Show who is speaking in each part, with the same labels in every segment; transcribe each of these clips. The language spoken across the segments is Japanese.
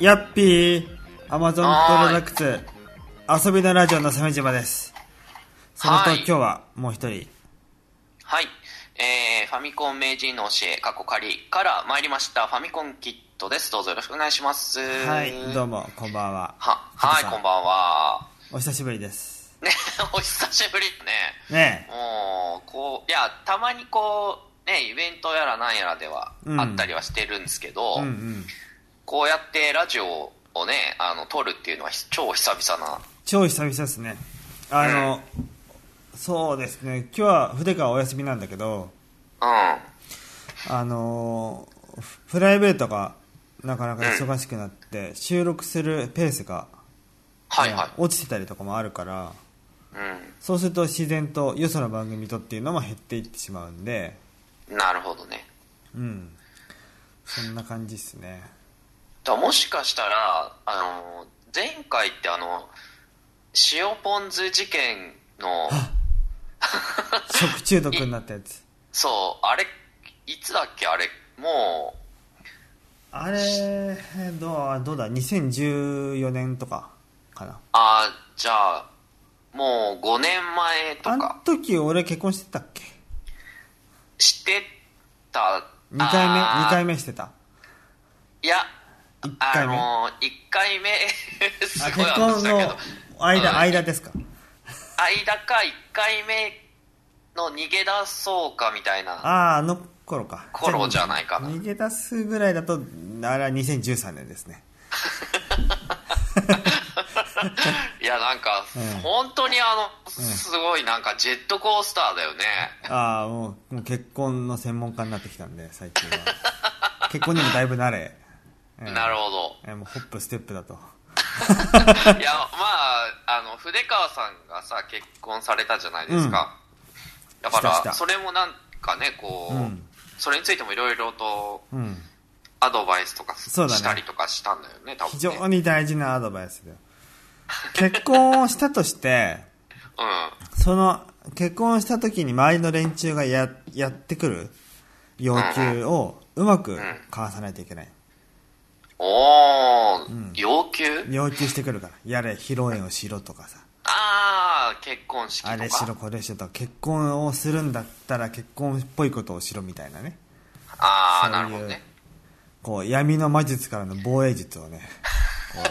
Speaker 1: やっぴー、アマゾンプロダクツ、遊びのラジオの鮫島です。そのと、
Speaker 2: はい
Speaker 1: 今日はもう一人。
Speaker 2: はい、えー、ファミコン名人の教え、過去仮から参りました、ファミコンキットです。どうぞよろしくお願いします。
Speaker 1: はい、どう
Speaker 2: も。
Speaker 1: も、こんばんは。
Speaker 2: は、はい、
Speaker 1: さん
Speaker 2: こんばんは。
Speaker 1: お久しぶりです。
Speaker 2: ね、 お久しぶりね。
Speaker 1: ね
Speaker 2: もう、こう、いや、たまにこう、ね、イベントやらなんやらでは
Speaker 1: うん
Speaker 2: あったりはしてるんですけど、
Speaker 1: え。うんうん。
Speaker 2: こうやってラジオをね、あの、撮るっていうのは超久々な。
Speaker 1: 超久々ですね。あの、そうですね、今日は筆川お休みなんだけど、
Speaker 2: うん。
Speaker 1: あのーふプライベートがなかなか忙しくなって、収録するペースが、
Speaker 2: はいは
Speaker 1: 落ちてたりとかもあるから、
Speaker 2: い。う
Speaker 1: そうすると自然とよその番組とっていうのも減っていってしまうんで
Speaker 2: ん。なるほどね。
Speaker 1: うんそんな感じっすね
Speaker 2: だからもしかしたらあの前回ってあの塩ポン酢事件の
Speaker 1: 食中毒になったやつ
Speaker 2: そうあれいつだっけあれも
Speaker 1: あれどうどうだ2014年とかかな
Speaker 2: うああじゃあもう5年前と
Speaker 1: あの
Speaker 2: か
Speaker 1: 時俺結婚してたっけ
Speaker 2: してた
Speaker 1: 2回目
Speaker 2: あ
Speaker 1: 2
Speaker 2: ー
Speaker 1: 回目してた
Speaker 2: いや
Speaker 1: 1
Speaker 2: あ
Speaker 1: 回目あ
Speaker 2: の1回目 す
Speaker 1: 結
Speaker 2: ごい話
Speaker 1: 婚
Speaker 2: だけど
Speaker 1: の間、
Speaker 2: うん
Speaker 1: 間ですか
Speaker 2: 間か1回目の逃げ出そうかみたいな
Speaker 1: あああの頃か
Speaker 2: 頃じゃないかな
Speaker 1: 逃げ出すぐらいだとあれは2013年ですね
Speaker 2: いやなんか、
Speaker 1: うん
Speaker 2: 本当にあのすごいなんかジェットコースターだよね、
Speaker 1: ああもうもう結婚の専門家になってきたんで最近 は結婚にもだいぶ慣れ、
Speaker 2: なる
Speaker 1: ほ
Speaker 2: ほ ど
Speaker 1: どもうホップステップだと
Speaker 2: いやまああの筆川さんがさ結婚されたじゃないですか、だか
Speaker 1: し
Speaker 2: ら
Speaker 1: たした
Speaker 2: それもなんかねこう、
Speaker 1: うん
Speaker 2: それについてもいろいろと
Speaker 1: うん
Speaker 2: アドバイスとか
Speaker 1: そうだね
Speaker 2: したりとかしたんだよね多分ね
Speaker 1: 非常に大事なアドバイスだよ結婚をしたとして
Speaker 2: うん
Speaker 1: その結婚した時に周りの連中がややってくる要求をうまくかわさないといけない
Speaker 2: おお、要求
Speaker 1: 要求してくるからやれ披露宴をしろとかさ
Speaker 2: ああ結婚式とか
Speaker 1: あれしろこれしろとか結婚をするんだったら結婚っぽいことをしろみたいなね
Speaker 2: あ
Speaker 1: そ
Speaker 2: あ
Speaker 1: ういう
Speaker 2: なるほどね
Speaker 1: こう闇の魔術からの防衛術をねこう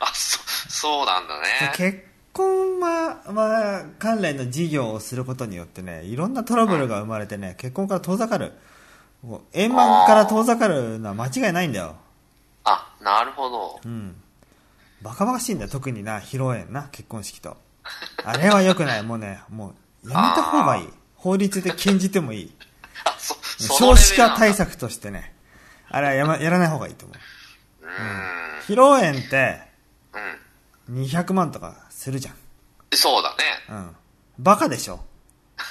Speaker 2: あそそうなんだね
Speaker 1: 結婚は、まあ、関連の事業をすることによってねいろんなトラブルが生まれてね結婚から遠ざかるもう円満から遠ざかるのは間違いないんだよ
Speaker 2: あなるほど
Speaker 1: うんバカバカしいんだよ特にな披露宴な結婚式とあれは良くないもうねもうやめた方がいい法律で禁じてもいい
Speaker 2: あそその
Speaker 1: 少
Speaker 2: レベ
Speaker 1: 子
Speaker 2: ル
Speaker 1: 化
Speaker 2: なんだ
Speaker 1: 対策としてねあれはや,、ま、やらない方がいいと思う
Speaker 2: うーん
Speaker 1: 披露宴って
Speaker 2: うん
Speaker 1: 200万とかするじゃん
Speaker 2: そうだね
Speaker 1: うん。バカでしょ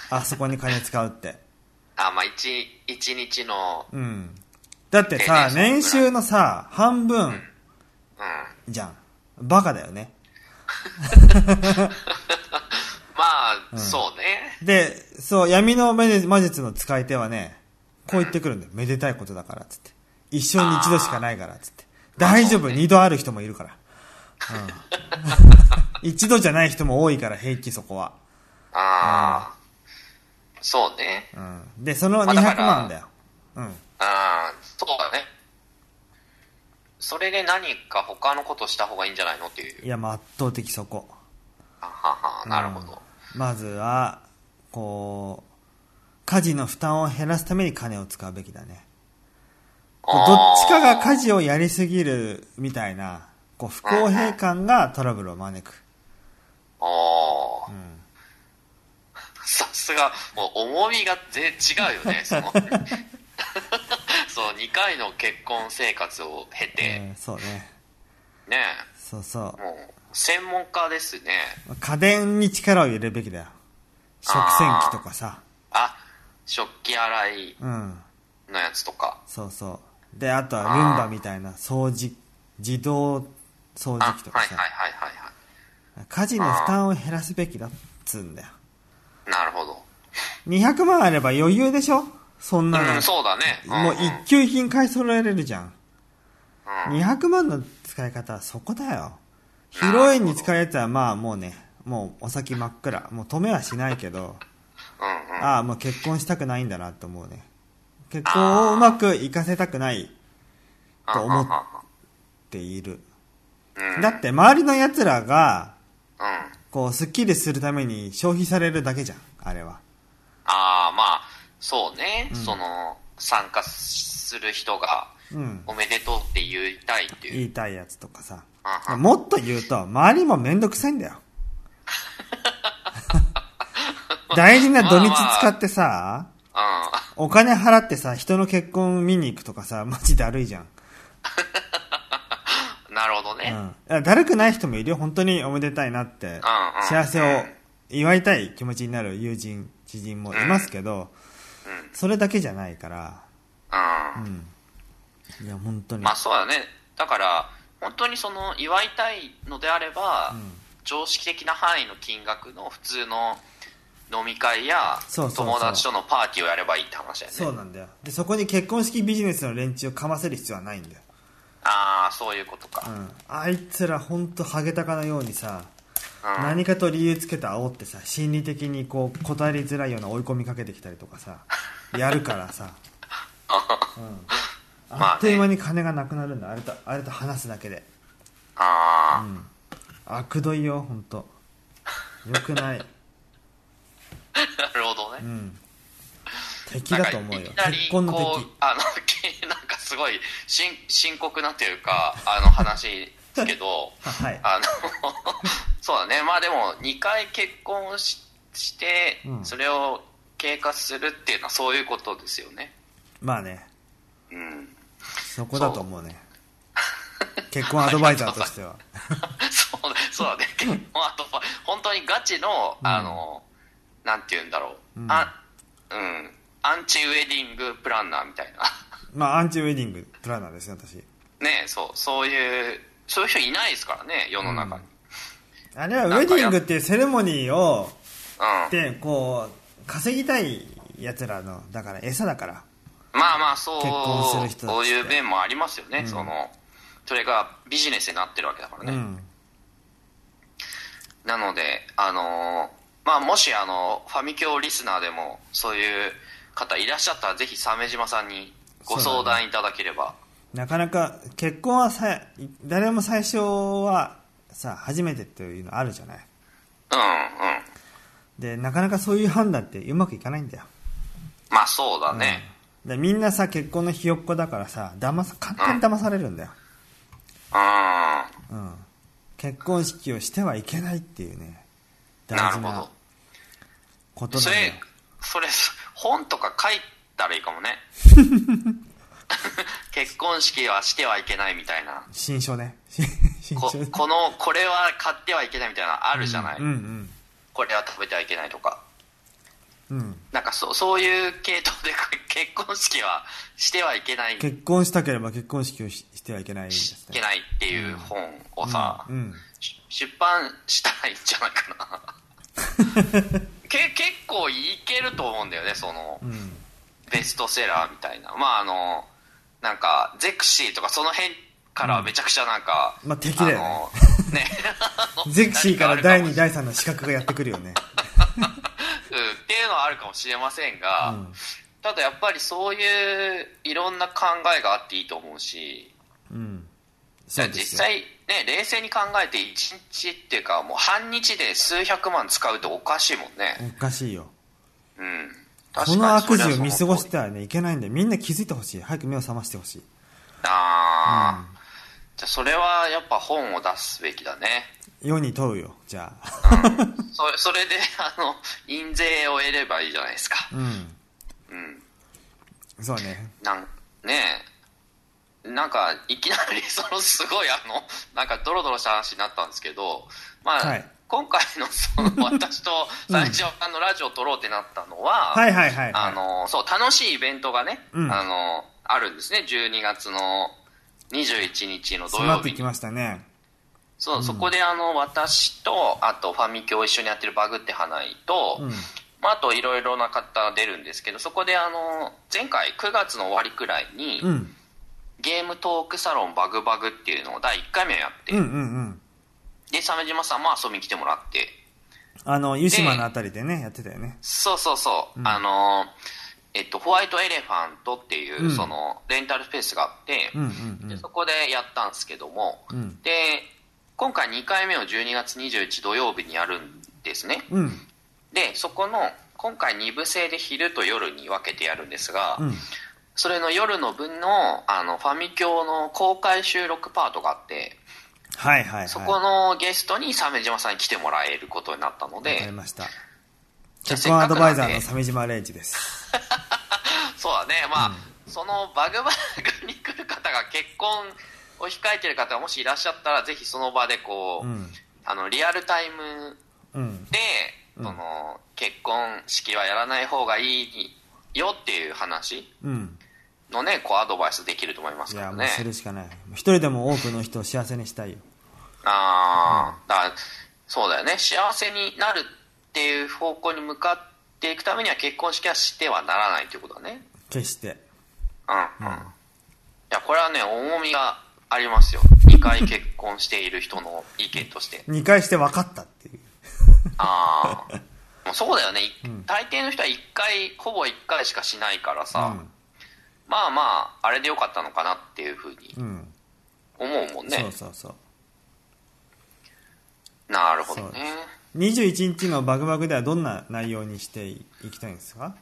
Speaker 1: あそこに金使うって。
Speaker 2: あまあ一一日の
Speaker 1: うん。だってさ、
Speaker 2: ええ
Speaker 1: 年収のさ、半分
Speaker 2: うん
Speaker 1: じゃん。バカだよね。
Speaker 2: まあ、そうね
Speaker 1: で、そう、闇の魔術魔術の使い手はね、こう言ってくるんだよ。めでたいことだから、つって。一生に一度しかないから、つって。大丈夫、二度ある人もいるから。 うん。一度じゃない人も多いから、平気そこは。
Speaker 2: ああそうね
Speaker 1: うん。で、その
Speaker 2: まあだか
Speaker 1: 200
Speaker 2: ら
Speaker 1: 万だよ。うん。
Speaker 2: ああそうだねそれで何か他のことした方がいいんじゃないのっていう
Speaker 1: いや、もう圧倒的そこ。
Speaker 2: あははなるほど、
Speaker 1: まずはこう家事の負担を減らすために金を使うべきだねこうどっちかが家事をやりすぎるみたいなこう不公平感がトラブルを招く、
Speaker 2: あ
Speaker 1: う
Speaker 2: あー
Speaker 1: ん、
Speaker 2: さすがもう重みがぜ違うよねそ のその2回の結婚生活を経て、
Speaker 1: うんそうね
Speaker 2: ね
Speaker 1: そうそ
Speaker 2: もう専門家ですね
Speaker 1: う家電に力を入れるべきだよ食洗機とかさ
Speaker 2: あ食器洗い
Speaker 1: うん
Speaker 2: のやつとか
Speaker 1: そうそうであとはルンバみたいな掃除自動掃除
Speaker 2: あ
Speaker 1: 機とか
Speaker 2: はい
Speaker 1: さ、
Speaker 2: はいはいはいは
Speaker 1: 家事の負担を減らすべきだっつうんだよ
Speaker 2: いなるほど
Speaker 1: 200万あれば余裕でしょそんなの、
Speaker 2: うん、そうだね。ん
Speaker 1: もう一級品買い揃えれるじゃん。
Speaker 2: うん
Speaker 1: 200万の使い方はそこだよ。披露宴に使うやつはまあもうね、もうお先真っ暗。もう止めはしないけど、
Speaker 2: うんうん。
Speaker 1: ああ、もう結婚したくないんだなと思うね。結婚をうまくいかせたくないと思っている。
Speaker 2: うん。
Speaker 1: だって周りの奴らが、
Speaker 2: うん。あ
Speaker 1: こう、スッキリするために消費されるだけじゃん、あれは。
Speaker 2: あー、まあ、そうね。その、参加する人が、
Speaker 1: うん。
Speaker 2: おめでとうって言いたいっていう。
Speaker 1: 言いたいやつとかさ。
Speaker 2: うんうん
Speaker 1: もっと言うと、周りもめんどくさいんだよ。 大事な土日使ってさ、
Speaker 2: う
Speaker 1: お金払ってさ、人の結婚見に行くとかさ、マジだるいじゃん。
Speaker 2: ん。なるほど
Speaker 1: うんい
Speaker 2: ね。
Speaker 1: や。だるくない人もいるよ。本当におめでたいなって
Speaker 2: うんう。ん
Speaker 1: 幸せを祝いたい気持ちになる友人、知人もいますけど、
Speaker 2: う
Speaker 1: それだけじゃないから。
Speaker 2: ん。うん
Speaker 1: いや、本当に。
Speaker 2: まあそうだね。だから、本当にその、祝いたいのであれば、
Speaker 1: ん
Speaker 2: 常識的な範囲の金額の普通の飲み会や、
Speaker 1: そうそうそう
Speaker 2: 友達とのパーティーをやればいいって話だよね。
Speaker 1: そうなんだよ。で、そこに結婚式ビジネスの連中をかませる必要はないんだよ。
Speaker 2: ああ、そういうこと
Speaker 1: う
Speaker 2: か。
Speaker 1: ん。あいつらほんとハゲタカのようにさ、
Speaker 2: うん。
Speaker 1: 何かと理由つけて煽ってさ、心理的にこう、答えづらいような追い込みかけてきたりとか さ、やるから さ。うん。あっという間に金がなくなるんだ。あれと、あれと話すだけで。う
Speaker 2: あ
Speaker 1: ん。あくどいよ、ほんと。よくない。
Speaker 2: あ、なるほどね
Speaker 1: う。ん。敵だと思うよ。結婚の
Speaker 2: こう
Speaker 1: 敵。、
Speaker 2: あの、 けなんかすごいしん深刻なというか、あの話ですけど
Speaker 1: はい。
Speaker 2: あの、 そうだね、まあでも、2回結婚をしして
Speaker 1: う、ん
Speaker 2: それを経過するっていうのはそういうことですよね。
Speaker 1: まあね。
Speaker 2: うん。
Speaker 1: そこだと思うね。結婚アドバイザーとしては。
Speaker 2: そうだそうだね、結婚アドバイ本当にガチの、
Speaker 1: ん
Speaker 2: あの、なんて言うんだろう、
Speaker 1: うん
Speaker 2: あうん、アンチウェディングプランナーみたいな。
Speaker 1: まあ、アンチウェディングプランナーですね、私。
Speaker 2: ねそう、そういう、そういう人いないですからね、世の中に。
Speaker 1: あれはウェディングっていうセレモニーを、
Speaker 2: うん。
Speaker 1: で、こう、稼ぎたい奴らの、だから餌だから。
Speaker 2: まあまあ、そう、
Speaker 1: 結婚する人たちって
Speaker 2: そういう面もありますよね、
Speaker 1: うん
Speaker 2: その、それがビジネスになってるわけだから
Speaker 1: う
Speaker 2: ね。
Speaker 1: ん。
Speaker 2: なので、あのーまあもし、あの、ファミ教リスナーでも、そういう方いらっしゃったら、ぜひ、鮫島さんにご相談いただければ。
Speaker 1: なかなか、結婚はさ、誰も最初は、さ、初めてっていうのあるじゃない。
Speaker 2: うん、うん。
Speaker 1: で、なかなかそういう判断ってうまくいかないんだよ。
Speaker 2: まあそうだね。
Speaker 1: で、みんなさ、結婚のひよっこだからさ、騙さ、簡単に騙されるんだよ。
Speaker 2: うん。な
Speaker 1: うん。結婚式をしてはいけないっていうね、大
Speaker 2: る
Speaker 1: 事
Speaker 2: ほ
Speaker 1: な
Speaker 2: ど。
Speaker 1: こと
Speaker 2: そ
Speaker 1: なんだよ
Speaker 2: れ。、それ、本とか書いたらいいか もね。結婚式はしてはいけないみたいな。
Speaker 1: 新書ね。 新新
Speaker 2: こ
Speaker 1: 書。
Speaker 2: この、これは買ってはいけないみたいなのあるじゃない、
Speaker 1: うんうん。
Speaker 2: これは食べてはいけないとか。
Speaker 1: うん。
Speaker 2: なんかそう、そういう系統で結婚式はしてはいけない、
Speaker 1: 結婚したければ結婚式をししてはいけないですね。
Speaker 2: いけないっていう本をさ、
Speaker 1: うん。うん
Speaker 2: し出版したらいいんじゃないかな。け結構いけると思うんだよね、その、
Speaker 1: うん。
Speaker 2: ベストセラーみたいな。まああの、なんか、ゼクシーとかその辺からはめちゃくちゃなんか、
Speaker 1: まあ敵だよね
Speaker 2: あのねあの
Speaker 1: ゼクシーから第
Speaker 2: 何
Speaker 1: 2、
Speaker 2: かあるかもし
Speaker 1: 第
Speaker 2: れない
Speaker 1: 3の資格がやってくるよね。
Speaker 2: うんっていうのはあるかもしれませんが、
Speaker 1: うん
Speaker 2: ただやっぱりそういういろんな考えがあっていいと思うし、
Speaker 1: うん。そうで
Speaker 2: 実
Speaker 1: すよ。
Speaker 2: 際ね、冷静に考えて1日っていうかもう半日で数百万使うとおかしいもんね。
Speaker 1: おかしいよ。
Speaker 2: うん。。
Speaker 1: この悪事を見過ごしててはね、いけないんで、みんな気づいてほしい。早く目を覚ましてほしい。
Speaker 2: ああ、じゃあそれはやっぱ本を出すべきだね。
Speaker 1: 世に問うよ、じゃあ。
Speaker 2: そそれで、あの、印税を得ればいいじゃないですか。
Speaker 1: うん。
Speaker 2: うん。
Speaker 1: そうね。
Speaker 2: なん、ねえ。なんか、いきなり、 その、すごい、あの、なんか、ドロドロした話になったんですけど、まあ、
Speaker 1: はい
Speaker 2: 今回の、その、私と、 最初、あの、ラジオを撮ろうってなったのは、
Speaker 1: はいはいはい、はい。
Speaker 2: あの、そう、楽しいイベントがね、
Speaker 1: うん
Speaker 2: あの、あるんですね。12月の21日の土
Speaker 1: 迫
Speaker 2: 曜
Speaker 1: って
Speaker 2: 日
Speaker 1: き
Speaker 2: に。
Speaker 1: ましたね。
Speaker 2: そう、そこで、あの、私と、あと、ファミ教を一緒にやってるバグって花井と、
Speaker 1: うん。
Speaker 2: まあ、あといろいろな方出るんですけどそこであの前回9月の終わりくらいに、
Speaker 1: うん。
Speaker 2: ゲームトークサロンバグバグっていうのを第1回目をやって、
Speaker 1: うんうんうん。
Speaker 2: で鮫島さんも遊びに来てもらって
Speaker 1: あの、湯島のあたりでね、やってたよね。
Speaker 2: そうそうそう、
Speaker 1: うん
Speaker 2: あのえっとホワイトエレファントっていう、
Speaker 1: うん
Speaker 2: そのレンタルスペースがあって、
Speaker 1: うんうんう
Speaker 2: で
Speaker 1: ん
Speaker 2: そ。こでやったんですけども、
Speaker 1: うん
Speaker 2: で今回2回目を12月21土曜日にやるんですね
Speaker 1: うん。
Speaker 2: でそこの今回2部制で昼と夜に分けてやるんですが、
Speaker 1: うん。
Speaker 2: それの夜の分のあのファミ教の公開収録パートがあって
Speaker 1: はいはいはい。
Speaker 2: そこのゲストに鮫島さんに来てもらえることになったの
Speaker 1: わかり
Speaker 2: で、
Speaker 1: ました。
Speaker 2: じゃあ
Speaker 1: 結婚アドバイザー
Speaker 2: せっかくなん
Speaker 1: の
Speaker 2: で
Speaker 1: 鮫島レイジです。
Speaker 2: そうだね、まあ、そのバグバグに来る方が結婚を控えてる方がもしいらっしゃったら、ぜひその場でこ
Speaker 1: う
Speaker 2: う、
Speaker 1: ん。
Speaker 2: あの、リアルタイム
Speaker 1: うん。
Speaker 2: で、
Speaker 1: うん
Speaker 2: その、結婚式はやらない方がいいよっていう話
Speaker 1: うん。
Speaker 2: のね、こうアドバイスできると思いま
Speaker 1: い
Speaker 2: すか
Speaker 1: や、
Speaker 2: ら
Speaker 1: もう
Speaker 2: ね。
Speaker 1: するしかない。一人でも多くの人を幸せにしたいよ。
Speaker 2: ああ、だからそうだよね。幸せになるっていう方向に向かっていくためには結婚式はしてはならないということだね。
Speaker 1: 決して。
Speaker 2: うんうん。いや、これはね、重みがありますよ。2回結婚している人の意見として。
Speaker 1: 二回して分かったっていう。
Speaker 2: あ あ。もうそうだよね、い大抵の人は1回、ほぼ1回しかしないからさ、まあまあ、あれでよかったのかなっていうふうに
Speaker 1: うん。うん。
Speaker 2: 思うもん
Speaker 1: そ
Speaker 2: ね
Speaker 1: う。そうそう。
Speaker 2: なるほど
Speaker 1: そう
Speaker 2: ね。
Speaker 1: 21日のバグバグではどんな内容にしていきたいんですか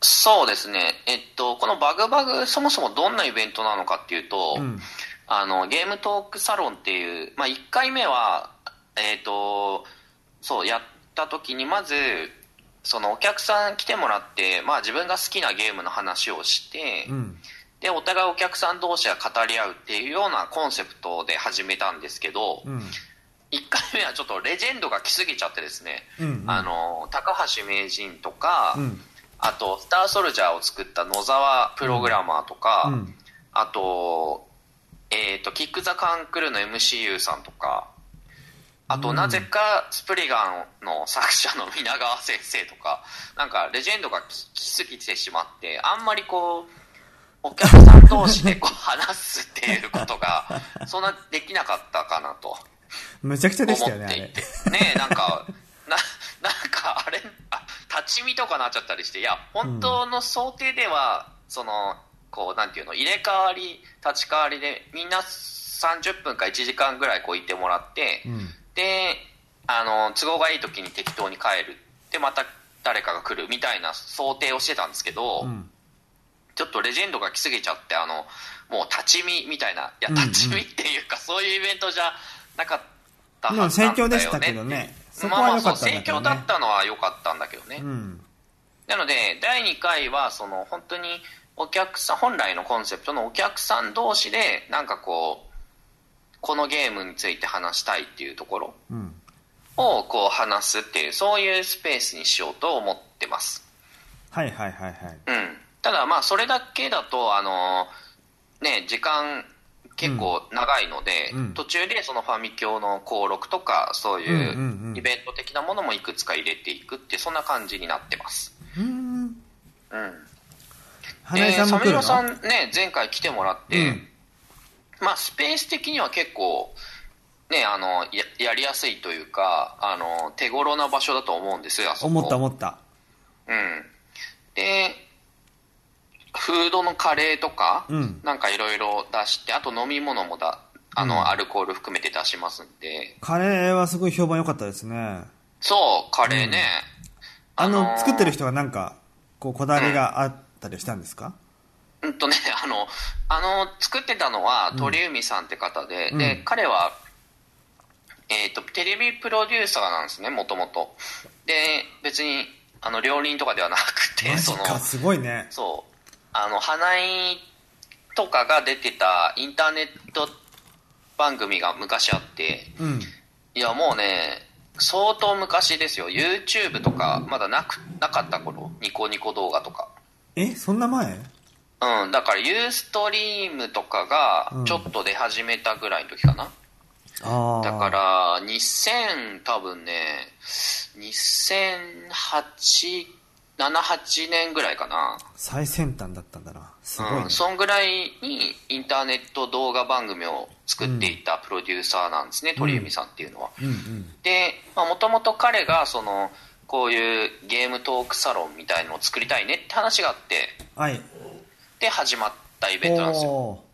Speaker 2: そうですね。えっと、このバグバグ、そもそもどんなイベントなのかっていうと、
Speaker 1: うん。
Speaker 2: あの、ゲームトークサロンっていう、まあ、1回目は、えっ、と、そう、やった時に、まず、そのお客さん来てもらって、まあ、自分が好きなゲームの話をして、
Speaker 1: うん。
Speaker 2: で、お互いお客さん同士が語り合うっていうようなコンセプトで始めたんですけど、
Speaker 1: うん。
Speaker 2: 1回目はちょっとレジェンドが来すぎちゃってですね、
Speaker 1: うん。
Speaker 2: あ、の、高橋名人とか、
Speaker 1: うん。
Speaker 2: あと、スターソルジャーを作った野沢プログラマーとか、
Speaker 1: うん。
Speaker 2: あと、えっ、と、キック・ザ・カンクルの MCU さんとか、あと、
Speaker 1: うん
Speaker 2: なぜか、スプリガンの作者の皆川先生とか、なんか、レジェンドがききすぎてしまって、あんまりこう、お客さん同士でこう話すっていうことが、そんなできなかったかなと
Speaker 1: むちゃくちゃでしたよ
Speaker 2: 思
Speaker 1: ね、
Speaker 2: っ
Speaker 1: あ
Speaker 2: て
Speaker 1: れ
Speaker 2: い。て、ねなんか、 な、なんかあれ、あ立ち見とかなっちゃったりして、いや、本当の想定では、その、こう、なんていうの、入れ替わり、立ち替わりで、みんな30分か1時間ぐらいこういてもらって、
Speaker 1: うん。
Speaker 2: で、あの、都合がいい時に適当に帰る。で、また誰かが来るみたいな想定をしてたんですけど、
Speaker 1: うん。
Speaker 2: ちょっとレジェンドが来すぎちゃって、あの、もう立ち見みたいな、いや、
Speaker 1: うんうん
Speaker 2: 立ち見っていうか、そういうイベントじゃなかった
Speaker 1: まあ、
Speaker 2: はず
Speaker 1: 盛
Speaker 2: なんだ
Speaker 1: 況
Speaker 2: よね。
Speaker 1: でしたけどね。そこ
Speaker 2: まあま
Speaker 1: は
Speaker 2: あ
Speaker 1: 良
Speaker 2: そ
Speaker 1: か
Speaker 2: う、
Speaker 1: ったん
Speaker 2: 盛
Speaker 1: だけど
Speaker 2: 況
Speaker 1: ね。
Speaker 2: だったのは良かったんだけどね。
Speaker 1: うん。
Speaker 2: なので、第2回は、その、本当に、お客さん、本来のコンセプトのお客さん同士で、なんかこう、このゲームについて話したいっていうところ
Speaker 1: うん。
Speaker 2: を、こう話すっていう、そういうスペースにしようと思ってます。
Speaker 1: はいはいはいはい。
Speaker 2: うん、ただまあそれだけだとあのね時間結構長いので、
Speaker 1: うん
Speaker 2: 途中でそのファミ教の登録とかそうい
Speaker 1: んうんう
Speaker 2: ううんイベント的なものもいくつか入れていくってそんな感じになってます、
Speaker 1: うーん。
Speaker 2: うん、
Speaker 1: 花江さんも来る
Speaker 2: で鮫
Speaker 1: の
Speaker 2: 島さんね前回来てもらって、
Speaker 1: うん
Speaker 2: まあスペース的には結構ねあのややりやすいというかあの手頃な場所だと思うんですよあそこ
Speaker 1: 思った思った。
Speaker 2: うん。で、フードのカレーとか、
Speaker 1: うん
Speaker 2: なんかいろいろ出して、あと飲み物もだ、あの、
Speaker 1: うん
Speaker 2: アルコール含めて出しますんで、
Speaker 1: カレーはすごい評判良かったですね。
Speaker 2: そう、カレーね。
Speaker 1: あの、
Speaker 2: ー
Speaker 1: 作ってる人がなんか、こう、こだわりがあったりしたんですか
Speaker 2: うんとね、 あの、あの、作ってたのは鳥海さんって方で、
Speaker 1: うん
Speaker 2: で、彼は、えっ、と、テレビプロデューサーなんですね、もともと。で、別に、あの、料理人とかではなくて、
Speaker 1: マジ
Speaker 2: その、
Speaker 1: か、すごいね。
Speaker 2: そう。あの、花井とかが出てたインターネット番組が昔あって、
Speaker 1: うん。
Speaker 2: いや、もうね、相当昔ですよ。YouTube とか、まだなく、なかった頃。ニコニコ動画とか。
Speaker 1: え、そんな前
Speaker 2: うん、だからユーストリームとか
Speaker 1: う
Speaker 2: が
Speaker 1: ん
Speaker 2: ちょっと出始めたぐらいの時かな。
Speaker 1: ああ。
Speaker 2: だか。ら、2000、多分ね、2008、78年ぐらいかな。
Speaker 1: 最先端だったんだな。すごい、ね
Speaker 2: うん、そんぐらいにインターネット動画番組を作っていたプロデューサーなんですね、鳥海さんっていうのは。
Speaker 1: うんうん。
Speaker 2: で、もともと彼が、その、こういうゲームトークサロンみたいのを作りたいねって話があって、
Speaker 1: はい。
Speaker 2: で、始まったイベントなんですよ。
Speaker 1: お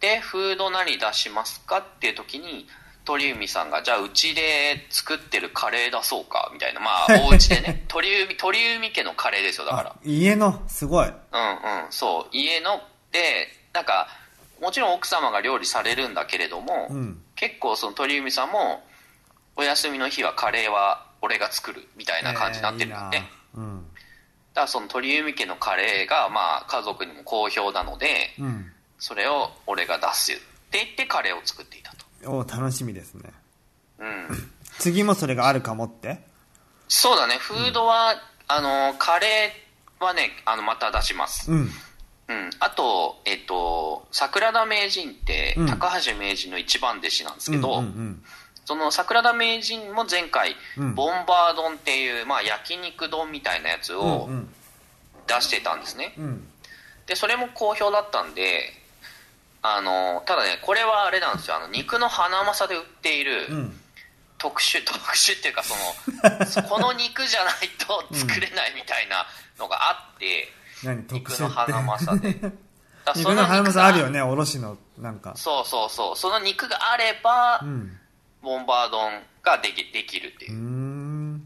Speaker 2: で、フード何出しますかっていう時に、鳥海さんが、じゃあうちで作ってるカレー出そうか、みたいな。 まあ、お家でね、鳥海、鳥海家のカレーですよ、
Speaker 1: ー
Speaker 2: だから
Speaker 1: あ。、家の、すごい。
Speaker 2: うんうん、そう、家ので、なんか、もちろん奥様が料理されるんだけれども、
Speaker 1: うん。
Speaker 2: 結構その鳥海さんも、お休みの日はカレーは俺が作るみたいな感じになってるんだって。
Speaker 1: えーいいな
Speaker 2: だからその鳥海家のカレーが、まあ、家族にも好評なので、
Speaker 1: うん。
Speaker 2: それを俺が出すって言ってカレーを作っていたと。
Speaker 1: うん。お楽しみですね。
Speaker 2: うん。
Speaker 1: 次もそれがあるかもって
Speaker 2: そうだね、フードは、あの、カレーはね、あの、また出します。
Speaker 1: うん。
Speaker 2: うん、あと、えっと、桜田名人って、
Speaker 1: うん
Speaker 2: 高橋名人の一番弟子なんですけど、
Speaker 1: うんうん
Speaker 2: その桜田名人も前回、
Speaker 1: うん
Speaker 2: ボンバー丼っていう、まあ、焼肉丼みたいなやつ
Speaker 1: うん。
Speaker 2: を
Speaker 1: うん
Speaker 2: 出してたんですね。
Speaker 1: うん。うん。
Speaker 2: で、それも好評だったんで、あの、ただね、これはあれなんですよ、あの、肉のハナマサで売っている、
Speaker 1: うん。
Speaker 2: 特殊特殊っていうかそ のそこの肉じゃないと作れないみたいなのがあって、
Speaker 1: 何特
Speaker 2: 肉
Speaker 1: 殊
Speaker 2: の
Speaker 1: って。
Speaker 2: 花まさで だからそ
Speaker 1: 肉のハムさあるよ
Speaker 2: ね
Speaker 1: ね、おろしの、なんか。
Speaker 2: そうそうそうその肉があれば、
Speaker 1: うん。
Speaker 2: ボンバー丼ができできるっていう
Speaker 1: ー
Speaker 2: う、
Speaker 1: ん。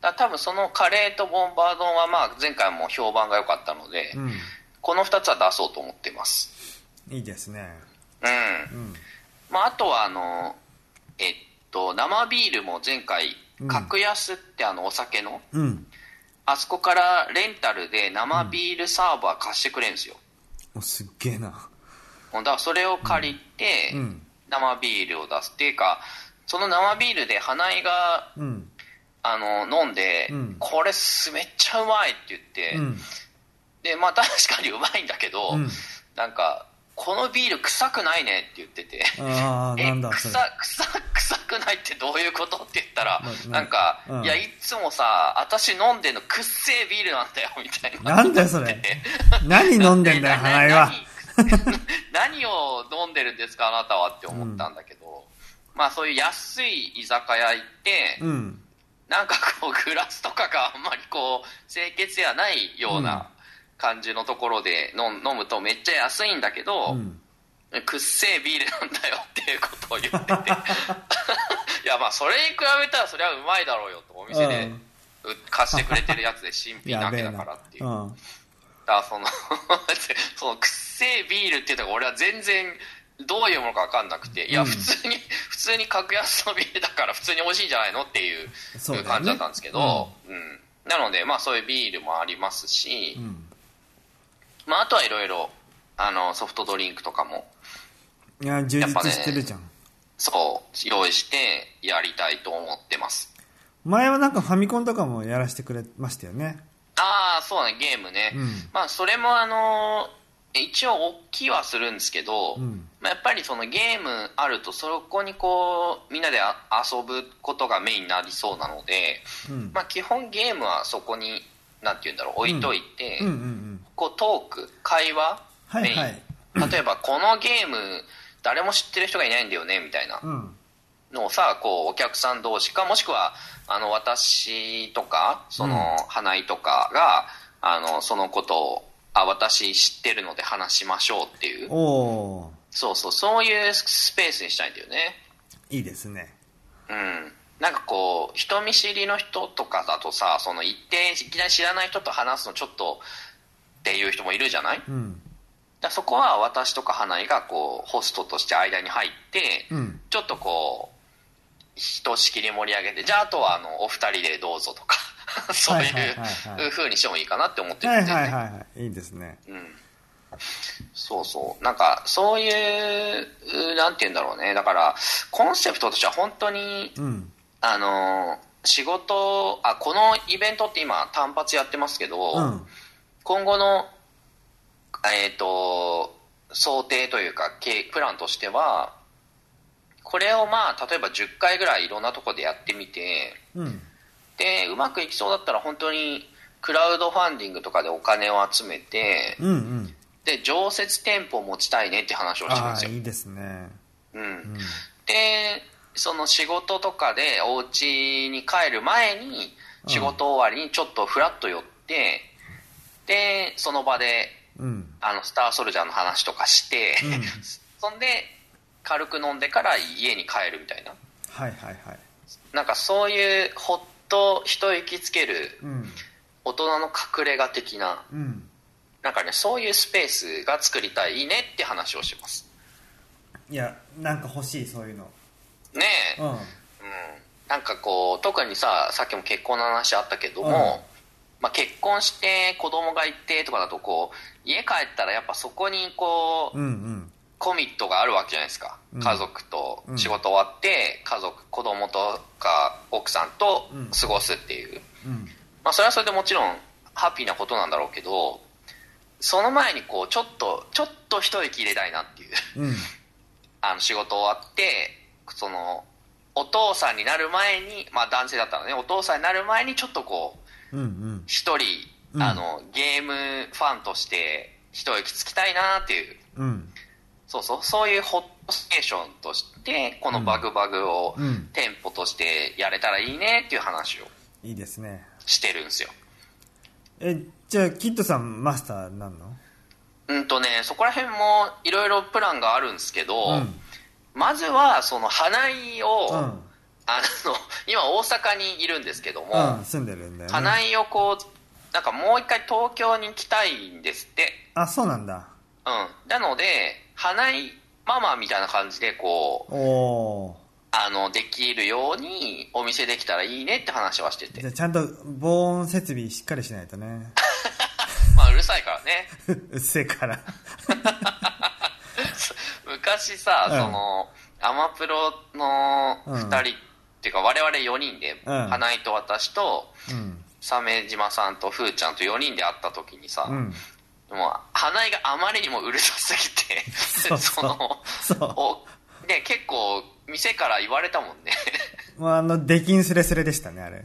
Speaker 2: だから多分そのカレーとボンバー丼はまあ前回も評判が良かったので、
Speaker 1: うん。
Speaker 2: この2つは出そうと思ってます
Speaker 1: いいですね。
Speaker 2: うん
Speaker 1: うん。
Speaker 2: まああとはあのえっと生ビールも前回
Speaker 1: うん
Speaker 2: 格安ってあのお酒の、
Speaker 1: うん。
Speaker 2: あそこからレンタルで生ビールサーバー貸してくれるんですよ。
Speaker 1: お、すっげえな。
Speaker 2: だからそれを借りて
Speaker 1: う、ん。
Speaker 2: 生ビールを出す。っていうか、その生ビールで花井が、
Speaker 1: うん。
Speaker 2: あの、飲んで、
Speaker 1: うん
Speaker 2: これすめっちゃうまいって
Speaker 1: う
Speaker 2: 言って、
Speaker 1: ん。
Speaker 2: で、まあ確かにうまいんだけど、
Speaker 1: うん
Speaker 2: なんか、このビール臭くないねって言ってて、
Speaker 1: ああ、
Speaker 2: え
Speaker 1: なんだ、そ
Speaker 2: 臭
Speaker 1: れ。
Speaker 2: 臭臭くないってどういうことって言ったら、
Speaker 1: まあ
Speaker 2: なんか、
Speaker 1: うん
Speaker 2: いやいつもさ私飲んでんのくっせえビールなんだよみたいな
Speaker 1: なんだよ、それ。何飲んでんだよ、
Speaker 2: な
Speaker 1: 花井は。
Speaker 2: 何何を飲んでるんですかあなたはって思ったんだけど、まあそういう安い居酒屋行って、
Speaker 1: うん。
Speaker 2: なんかこうグラスとかがあんまりこう清潔やないような感じのところで飲飲むとめっちゃ安いんだけど、
Speaker 1: うん。
Speaker 2: くっせえビールなんだよっていうことを言って ていやまあそれに比べたらそれはうまいだろうよとお店で
Speaker 1: うん
Speaker 2: う貸してくれてるやつで新品
Speaker 1: や
Speaker 2: なわ
Speaker 1: べ
Speaker 2: け
Speaker 1: え
Speaker 2: だ
Speaker 1: な。
Speaker 2: からっていう
Speaker 1: うん。
Speaker 2: だからその そのくっせえビールっていうのが俺は全然どういうものか分かんなくていや
Speaker 1: うん
Speaker 2: 普通に、 普通に格安のビールだから普通に美味しいんじゃないのっていう
Speaker 1: そうだよね
Speaker 2: 感じだったんですけど、うんなのでまあそういうビールもありますし、
Speaker 1: うん。
Speaker 2: まあ、あとはいろいろあのソフトドリンクとかも
Speaker 1: いや、充実
Speaker 2: やっぱね
Speaker 1: してるじゃん。
Speaker 2: そう用意してやりたいと思ってます
Speaker 1: 前はなんかファミコンとかもやらせてくれましたよね。
Speaker 2: ああそうだねゲームね、
Speaker 1: うん
Speaker 2: まあそれもあの一応大きいはするんですけど、
Speaker 1: うん。
Speaker 2: まあ、やっぱりそのゲームあるとそこにこうみんなであ遊ぶことがメインになりそうなので、
Speaker 1: うん。
Speaker 2: まあ、基本ゲームはそこになんて言うんだろう置いといて、
Speaker 1: うんうんうん。
Speaker 2: こうトーク会話
Speaker 1: はいはい
Speaker 2: メイン例えばこのゲーム誰も知ってる人がいないんだよねみたいな
Speaker 1: うん。
Speaker 2: のをさこうお客さん同士かもしくはあの私とかその花井とかが、あのそのことをあ私知ってるので話しましょうっていう
Speaker 1: おー、
Speaker 2: そうそう、そういうスペースにしたいんだよね。
Speaker 1: いいですね。
Speaker 2: うん。なんかこう、人見知りの人とかだとさ、その一定、いきなり知らない人と話すのちょっとっていう人もいるじゃないだか
Speaker 1: うん。
Speaker 2: らそこは私とか花井がこう、ホストとして間に入って、
Speaker 1: うん。
Speaker 2: ちょっとこう、ひとしきり盛り上げて、じゃああとはあの、お二人でどうぞとか、 そうい
Speaker 1: はいはいはいはいう
Speaker 2: 風にしてもいいかなって思ってる
Speaker 1: は
Speaker 2: ん
Speaker 1: い
Speaker 2: で、ね。
Speaker 1: はいはいはい。いいですね。
Speaker 2: うんそうそう。なんか、そういう、うなんて言うんだろうね。だから、コンセプトとしては本当に、
Speaker 1: うん。
Speaker 2: あのー、仕事、あ、このイベントって今単発やってますけど、
Speaker 1: うん。
Speaker 2: 今後の、えっ、と、想定というか、けプランとしては、これをまあ例えば10回ぐらいいろんなとこでやってみて
Speaker 1: うん。
Speaker 2: でうまくいきそうだったら本当にクラウドファンディングとかでお金を集めて
Speaker 1: うんうん。
Speaker 2: で常設店舗を持ちたいねって話をしてるん
Speaker 1: あ
Speaker 2: です
Speaker 1: あ、
Speaker 2: よ、
Speaker 1: いいですね。
Speaker 2: うん
Speaker 1: う、ん。
Speaker 2: でその仕事とかでお家に帰る前に
Speaker 1: うん
Speaker 2: 仕事終わりにちょっとフラッと寄ってでその場で
Speaker 1: うん。
Speaker 2: あのスターソルジャーの話とかして、
Speaker 1: うん
Speaker 2: そんで軽く飲んでから家に帰るみたいな
Speaker 1: はいはいはい。
Speaker 2: なんかそういうほっと一息つける
Speaker 1: うん。
Speaker 2: 大人の隠れ家的な
Speaker 1: うん。
Speaker 2: なんかねそういうスペースが作りたいねって話をします
Speaker 1: いや、なんか欲しい、そういうの。
Speaker 2: ねえ
Speaker 1: うん。
Speaker 2: うんなんかこう特にささっきも結婚の話あったけども、
Speaker 1: うん
Speaker 2: まあ、結婚して子供がいてとかだとこう家帰ったらやっぱそこにこう、
Speaker 1: うんうん。
Speaker 2: コミットがあるわけじゃないですか
Speaker 1: うん
Speaker 2: 家族と
Speaker 1: うん
Speaker 2: 仕事終わって家族子供とか奥さんと
Speaker 1: うん
Speaker 2: 過ごすっていう、
Speaker 1: うん。
Speaker 2: まあ、それはそれでもちろんハッピーなことなんだろうけどその前にこうちょっとちょっと一息入れたいなっていう
Speaker 1: うん。
Speaker 2: あの仕事終わってそのお父さんになる前に、まあ、男性だったのねお父さんになる前にちょっとこう
Speaker 1: うんうん。
Speaker 2: 一人、
Speaker 1: うん
Speaker 2: あのゲームファンとして一息つきたいなっていう
Speaker 1: うん。
Speaker 2: そうそうそういうホットステーションとしてこのバグバグを
Speaker 1: うん。
Speaker 2: 店舗としてやれたらいいねっていう話を
Speaker 1: いいですね。
Speaker 2: してるんですよ
Speaker 1: え、じゃあ、キッドさんマスターなんの
Speaker 2: うんとねそこら辺もいろいろプランがあるんですけど、
Speaker 1: うん。
Speaker 2: まずはその花井を、
Speaker 1: うん。
Speaker 2: あの今大阪にいるんですけども、
Speaker 1: うん、住んでるんだよね。
Speaker 2: 花井をこうなんかもう一回東京に来たいんですって
Speaker 1: あ、そうなんだ。
Speaker 2: うんなので花井ママみたいな感じでこう
Speaker 1: おお
Speaker 2: あのできるようにお店できたらいいねって話はして
Speaker 1: ー。
Speaker 2: て
Speaker 1: じゃあ、ちゃんと防音設備しっかりしないと ね。
Speaker 2: まあうるさいからね
Speaker 1: うっせえから。
Speaker 2: 昔さ、
Speaker 1: うん
Speaker 2: そのアマプロの2人、っていうか我々4人で、
Speaker 1: うん
Speaker 2: 花井と私と
Speaker 1: うん。
Speaker 2: 鮫島さんとふーちゃんと4人で会った時にさ、
Speaker 1: うん。
Speaker 2: もう花井があまりにもうるさすぎて
Speaker 1: そうそう
Speaker 2: その
Speaker 1: そ
Speaker 2: おね結構店から言われたもんね
Speaker 1: う。もうあの、出禁スレスレでしたね、あれ。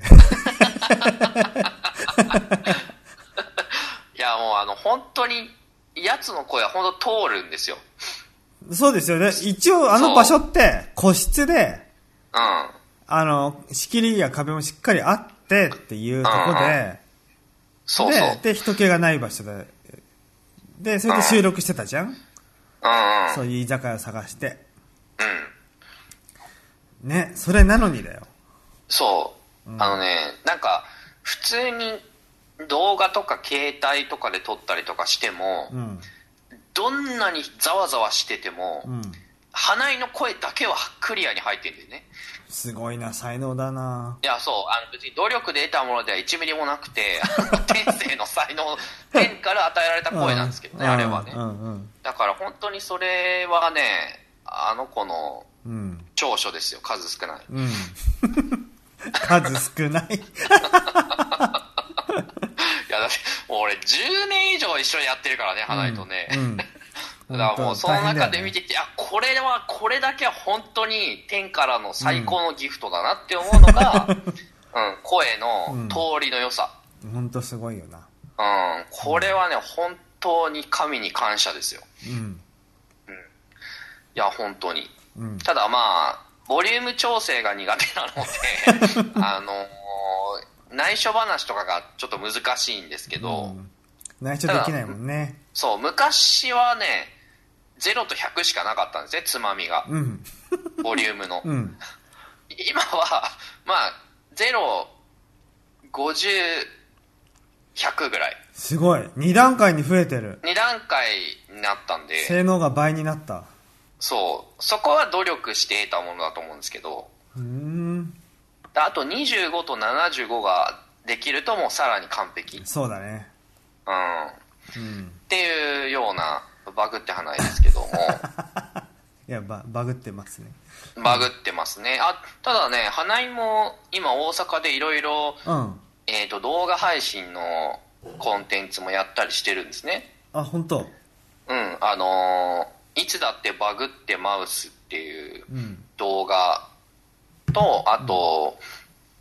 Speaker 2: いやもうあの本当にやつの声は本当通るんですよ
Speaker 1: そうですよね。一応、あの場所って、個室で、
Speaker 2: うん
Speaker 1: あの、仕切りや壁もしっかりあってっていうとこで、
Speaker 2: そうそううんうん
Speaker 1: で、で、人気がない場所で、で、それで収録してたじゃんそういう居酒屋を探して。
Speaker 2: うん
Speaker 1: ね、それなのにだよ。
Speaker 2: そう、あのねなんか普通に動画とか携帯とかで撮ったりとかしても、
Speaker 1: うん。
Speaker 2: どんなにざわざわしてても、
Speaker 1: うん。
Speaker 2: 花井の声だけはクリアに入ってるんだよね
Speaker 1: すごいな、才能だない
Speaker 2: や、そう、あの別に努力で得たものでは1ミリもなくて、 天性の才能、天から与えられた声なんですけどね、
Speaker 1: う
Speaker 2: あれはね
Speaker 1: う。んうん。
Speaker 2: だから本当にそれはね、あの子の
Speaker 1: うん。
Speaker 2: 長所ですよ、数少ない。
Speaker 1: うん。 数少ない。
Speaker 2: いや、だって、もう俺10年以上一緒にやってるからね、花井とね。
Speaker 1: うん。うん
Speaker 2: だからもうその中で見
Speaker 1: 本
Speaker 2: てきて、あ、これは、これだけは本当に天からの最高のギフトだなって思うのが、 うん、声の通りの良さ。
Speaker 1: 当大変だよねほんとすごいよな。
Speaker 2: うん、これはね、本当に神に感謝ですよ。
Speaker 1: うん。
Speaker 2: いや、本当に。
Speaker 1: うん。
Speaker 2: ただまあ、ボリューム調整が苦手なので、 あのー内緒話とかがちょっと難しいんですけ
Speaker 1: う
Speaker 2: ど、
Speaker 1: ん内緒できないもんね。
Speaker 2: そう、昔はね、0と100しかなかったんですね、つまみが、
Speaker 1: うん。
Speaker 2: ボリュームの。
Speaker 1: うん。
Speaker 2: 今は、まあ、0、50、100ぐらい。
Speaker 1: すごい。二段階に増えてる。
Speaker 2: 2段階になったんで、
Speaker 1: 性能が倍になった。
Speaker 2: そう、そこは努力して得たものだと思うんですけど、
Speaker 1: うーん。
Speaker 2: であと25と75ができるともうさらに完璧、うん、っ
Speaker 1: そうだね。うん。
Speaker 2: ていうようなバグって話ですけども
Speaker 1: いや、バ、バグってますね。
Speaker 2: バグってますねあただね花井も今大阪でいろいろ
Speaker 1: うん。
Speaker 2: えーと動画配信のコンテンツもやったりしてるんですね
Speaker 1: あ、本当
Speaker 2: うんあのーいつだってバグってマウス」っていう
Speaker 1: うん。
Speaker 2: 動画と、あと、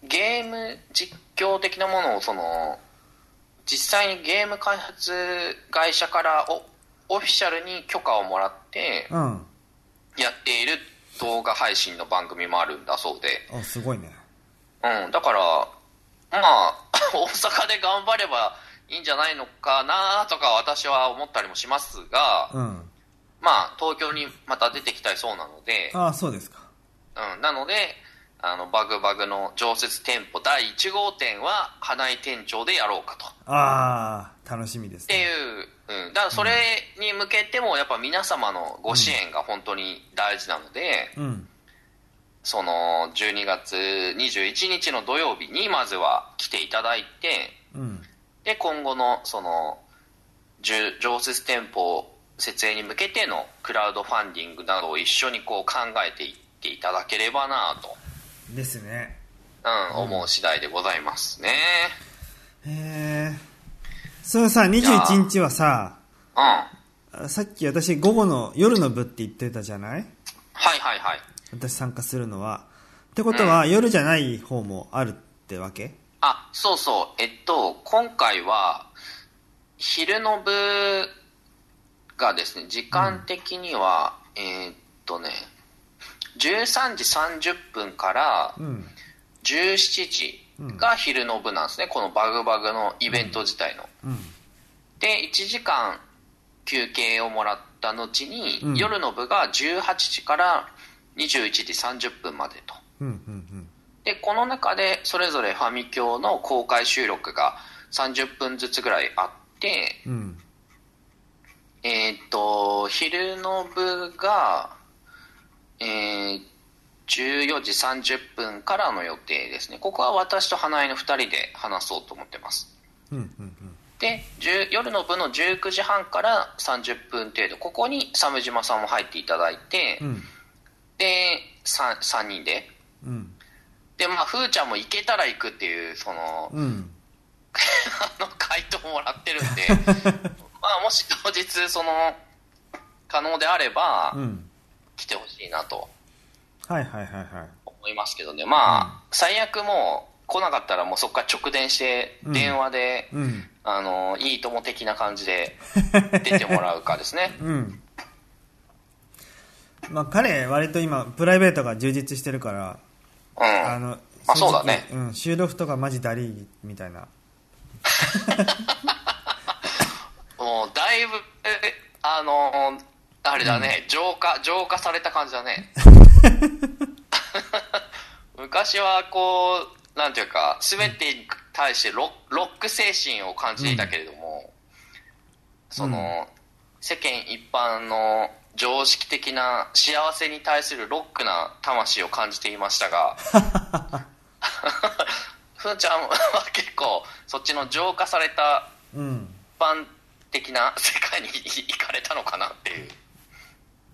Speaker 2: ゲーム実況的なものを、その、実際にゲーム開発会社からおオフィシャルに許可をもらって
Speaker 1: うん。あ、
Speaker 2: やっている動画配信の番組もあるんだそうで、
Speaker 1: すごいね。
Speaker 2: うん、だから、まあ、 大阪で頑張ればいいんじゃないのかなとか私は思ったりもしますが、
Speaker 1: うん。
Speaker 2: まあ、東京にまた出てきたいそうなので、
Speaker 1: ああ、そうですか。
Speaker 2: うん、なので、あの、バグバグの常設店舗第1号店は、花井店長でやろうかと。っ
Speaker 1: ああ、楽しみです
Speaker 2: てい
Speaker 1: ね。
Speaker 2: う、うん、だからそれに向けても、やっぱ皆様のご支援が本当に大事なので、
Speaker 1: うん。
Speaker 2: その、12月21日の土曜日に、まずは来ていただいて、
Speaker 1: うん。
Speaker 2: で今後のそのじゅ常設店舗設営に向けてのクラウドファンディングなどを一緒にこう考えていっていただければなと、
Speaker 1: ですね。
Speaker 2: うん、思う次第でございますね
Speaker 1: へえ。そのさ、21日はさ、
Speaker 2: うんはい
Speaker 1: さっき私午後の夜の部って言ってたじゃない
Speaker 2: はいはい
Speaker 1: 私参加するのは。ってことは、夜じゃない方もあるってわけ
Speaker 2: あそうそうえっと今回は昼の部がですね時間的には、えーっとね13時30分から
Speaker 1: うん。
Speaker 2: 17時が昼の部なんですね、このバグバグのイベント自体の、
Speaker 1: うん。
Speaker 2: で1時間休憩をもらった後に、
Speaker 1: うん
Speaker 2: 夜の部が18時から21時30分までと
Speaker 1: うん、うん、
Speaker 2: でこの中でそれぞれファミ教の公開収録が30分ずつぐらいあって
Speaker 1: うん。うん。
Speaker 2: えーっと昼の部がえー14時30分からの予定ですねここは私と花江の2人で話そうと思ってます
Speaker 1: うん、うん、うん。
Speaker 2: で10夜の部の19時半から30分程度ここに鮫島さんも入っていただいて、
Speaker 1: うん。
Speaker 2: で 3, 3人で
Speaker 1: うん。
Speaker 2: でまあふーちゃんも行けたら行くっていうその
Speaker 1: うん。
Speaker 2: あの回答もらってるんでまあもし当日その可能であれば
Speaker 1: うん。
Speaker 2: 来てほしいなと
Speaker 1: はいはいはいはい。
Speaker 2: 思いますけどねまあ、最悪もう来なかったらもうそこから直電して
Speaker 1: うん
Speaker 2: 電話で、
Speaker 1: うん。
Speaker 2: あのいいとも的な感じで出てもらうかです ね
Speaker 1: うん。まあ彼、割と今、プライベートが充実してるから、
Speaker 2: うん
Speaker 1: あの、
Speaker 2: あ
Speaker 1: 正直
Speaker 2: そうだね
Speaker 1: うん、収録とかマジだりーみたいな。
Speaker 2: もうだいぶ、えあのーあれだね、浄化、浄化された感じだね。昔はこう、なんていうか、すべてに対してロロック精神を感じていたけれども、その、世間一般の常識的な幸せに対するロックな魂を感じていましたが、ふーちゃんは結構、そっちの浄化された
Speaker 1: うん。
Speaker 2: 一般的な 世界に行かれたのかなっていう。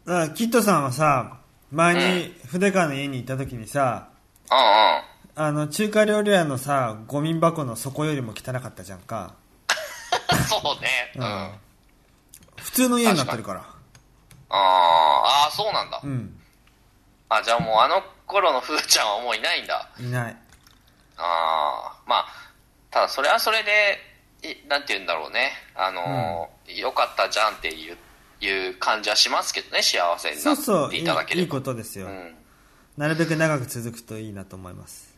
Speaker 1: だから、キットさんはさ、前に筆川の家に行った時にさ、
Speaker 2: うんうん。
Speaker 1: あの、中華料理屋のさ、ゴミ箱の底よりも汚かったじゃんか。
Speaker 2: そうね。うん。あ
Speaker 1: 普通の家になってるから。
Speaker 2: あー、あーそうなんだ。
Speaker 1: うん。
Speaker 2: あ、じゃあもうあの頃のふーちゃんはもういないんだ。
Speaker 1: いない。
Speaker 2: ああ、まあ、ただそれはそれで、いなんて言うんだろうね。あのーよかったじゃんっていう、いう感じはしますけどね、幸せに
Speaker 1: そう
Speaker 2: な
Speaker 1: そ
Speaker 2: っ
Speaker 1: う、
Speaker 2: て
Speaker 1: い
Speaker 2: いただけ
Speaker 1: いいい
Speaker 2: れば。
Speaker 1: ことですよ、
Speaker 2: うん。
Speaker 1: なるべく長く続くといいなと思います。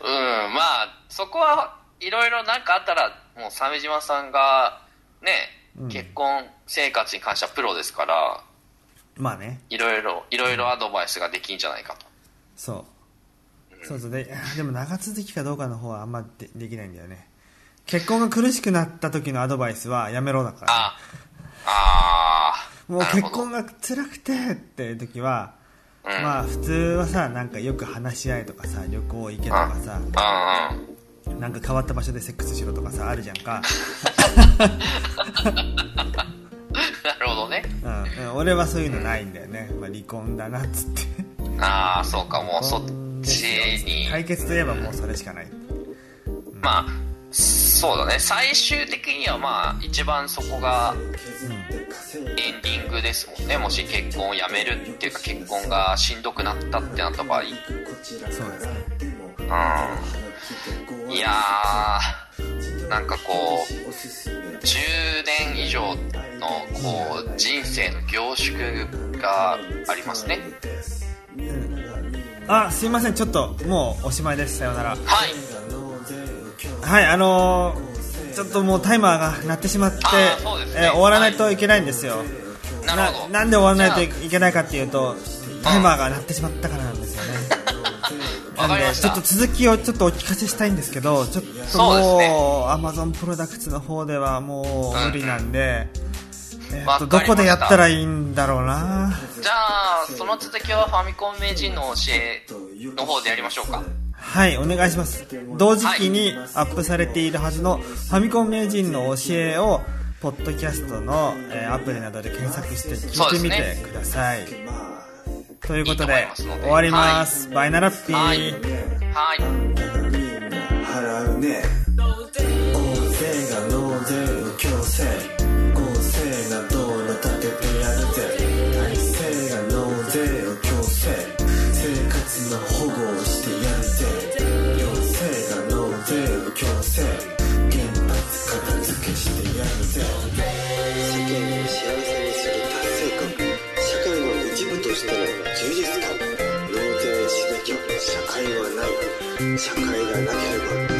Speaker 2: うん、まあ、そこはいろいろなんかあったら、もう鮫島さんが、ね、
Speaker 1: うん
Speaker 2: 結婚生活に関してはプロですから、
Speaker 1: まあね。
Speaker 2: いろいろ、いろいろアドバイスができんじゃないかと。
Speaker 1: そう。そうそう。で、でも長続きかどうかの方はあんまでできないんだよね。結婚が苦しくなった時のアドバイスはやめろだから
Speaker 2: あ、あー、
Speaker 1: ね、もう
Speaker 2: なる
Speaker 1: 結
Speaker 2: ほど。
Speaker 1: 婚が辛くてっていう時は、
Speaker 2: うん
Speaker 1: まあ普通はさ、なんかよく話し合いとかさ、旅行行けとかさ、
Speaker 2: うんうん。
Speaker 1: なんか変わった場所でセックスしろとかさ、あるじゃんか。
Speaker 2: なるほどね。
Speaker 1: うんうん。俺はそういうのないんだよね。まあ離婚だなっつって。
Speaker 2: ああ、そうか、もうそっ
Speaker 1: 婚
Speaker 2: ち
Speaker 1: ですよ
Speaker 2: に。
Speaker 1: 解決といえばもうそれしかない。
Speaker 2: まあ、そうだね。最終的にはまあ、一番そこが、エンディングですもんねもし結婚をやめるっていうか結婚がしんどくなったってなった場合
Speaker 1: そうですね
Speaker 2: うんいやーなんかこう10年以上のこう人生の凝縮がありますね
Speaker 1: あすいませんちょっともうおしまいですさようなら
Speaker 2: はい
Speaker 1: はいあのーちょっともうタイマーが鳴ってしまって、
Speaker 2: あーそうですね
Speaker 1: えー終わらないといけないんですよ、
Speaker 2: なるほど
Speaker 1: なんで終わらないといいけないかっていうとタイマーが鳴ってしまったからなんですよね
Speaker 2: わ
Speaker 1: な
Speaker 2: か
Speaker 1: ん
Speaker 2: りま
Speaker 1: で
Speaker 2: し
Speaker 1: ちょっと
Speaker 2: た
Speaker 1: 続きをちょっとお聞かせしたいんですけどちょっと
Speaker 2: そうですね
Speaker 1: もうアマゾンプロダクツの方ではもう無理なんで、えーっと
Speaker 2: わかりま
Speaker 1: ど
Speaker 2: した
Speaker 1: こでやったらいいんだろうな
Speaker 2: じゃあその続きはファミコン名人の教えの方でやりましょうか
Speaker 1: はい、お願いします。同時期にアップされているはずのファミコン名人の教えを、ポッドキャストの、えーアプリなどで検索して聞いてみてください。ということで、
Speaker 2: いいと思いますので
Speaker 1: 終わります。バイナラッピー。
Speaker 2: はいはい
Speaker 3: 払うね大勢が納税の強制合成などの立ててやるぜ体制が納税を強制生活の保護をしてやるぜ行政が納税を強制原発片付けしてやるぜ
Speaker 4: 世間を幸せにする達成感社会の一部としての充実感納税しなきゃ社会はない社会がなければ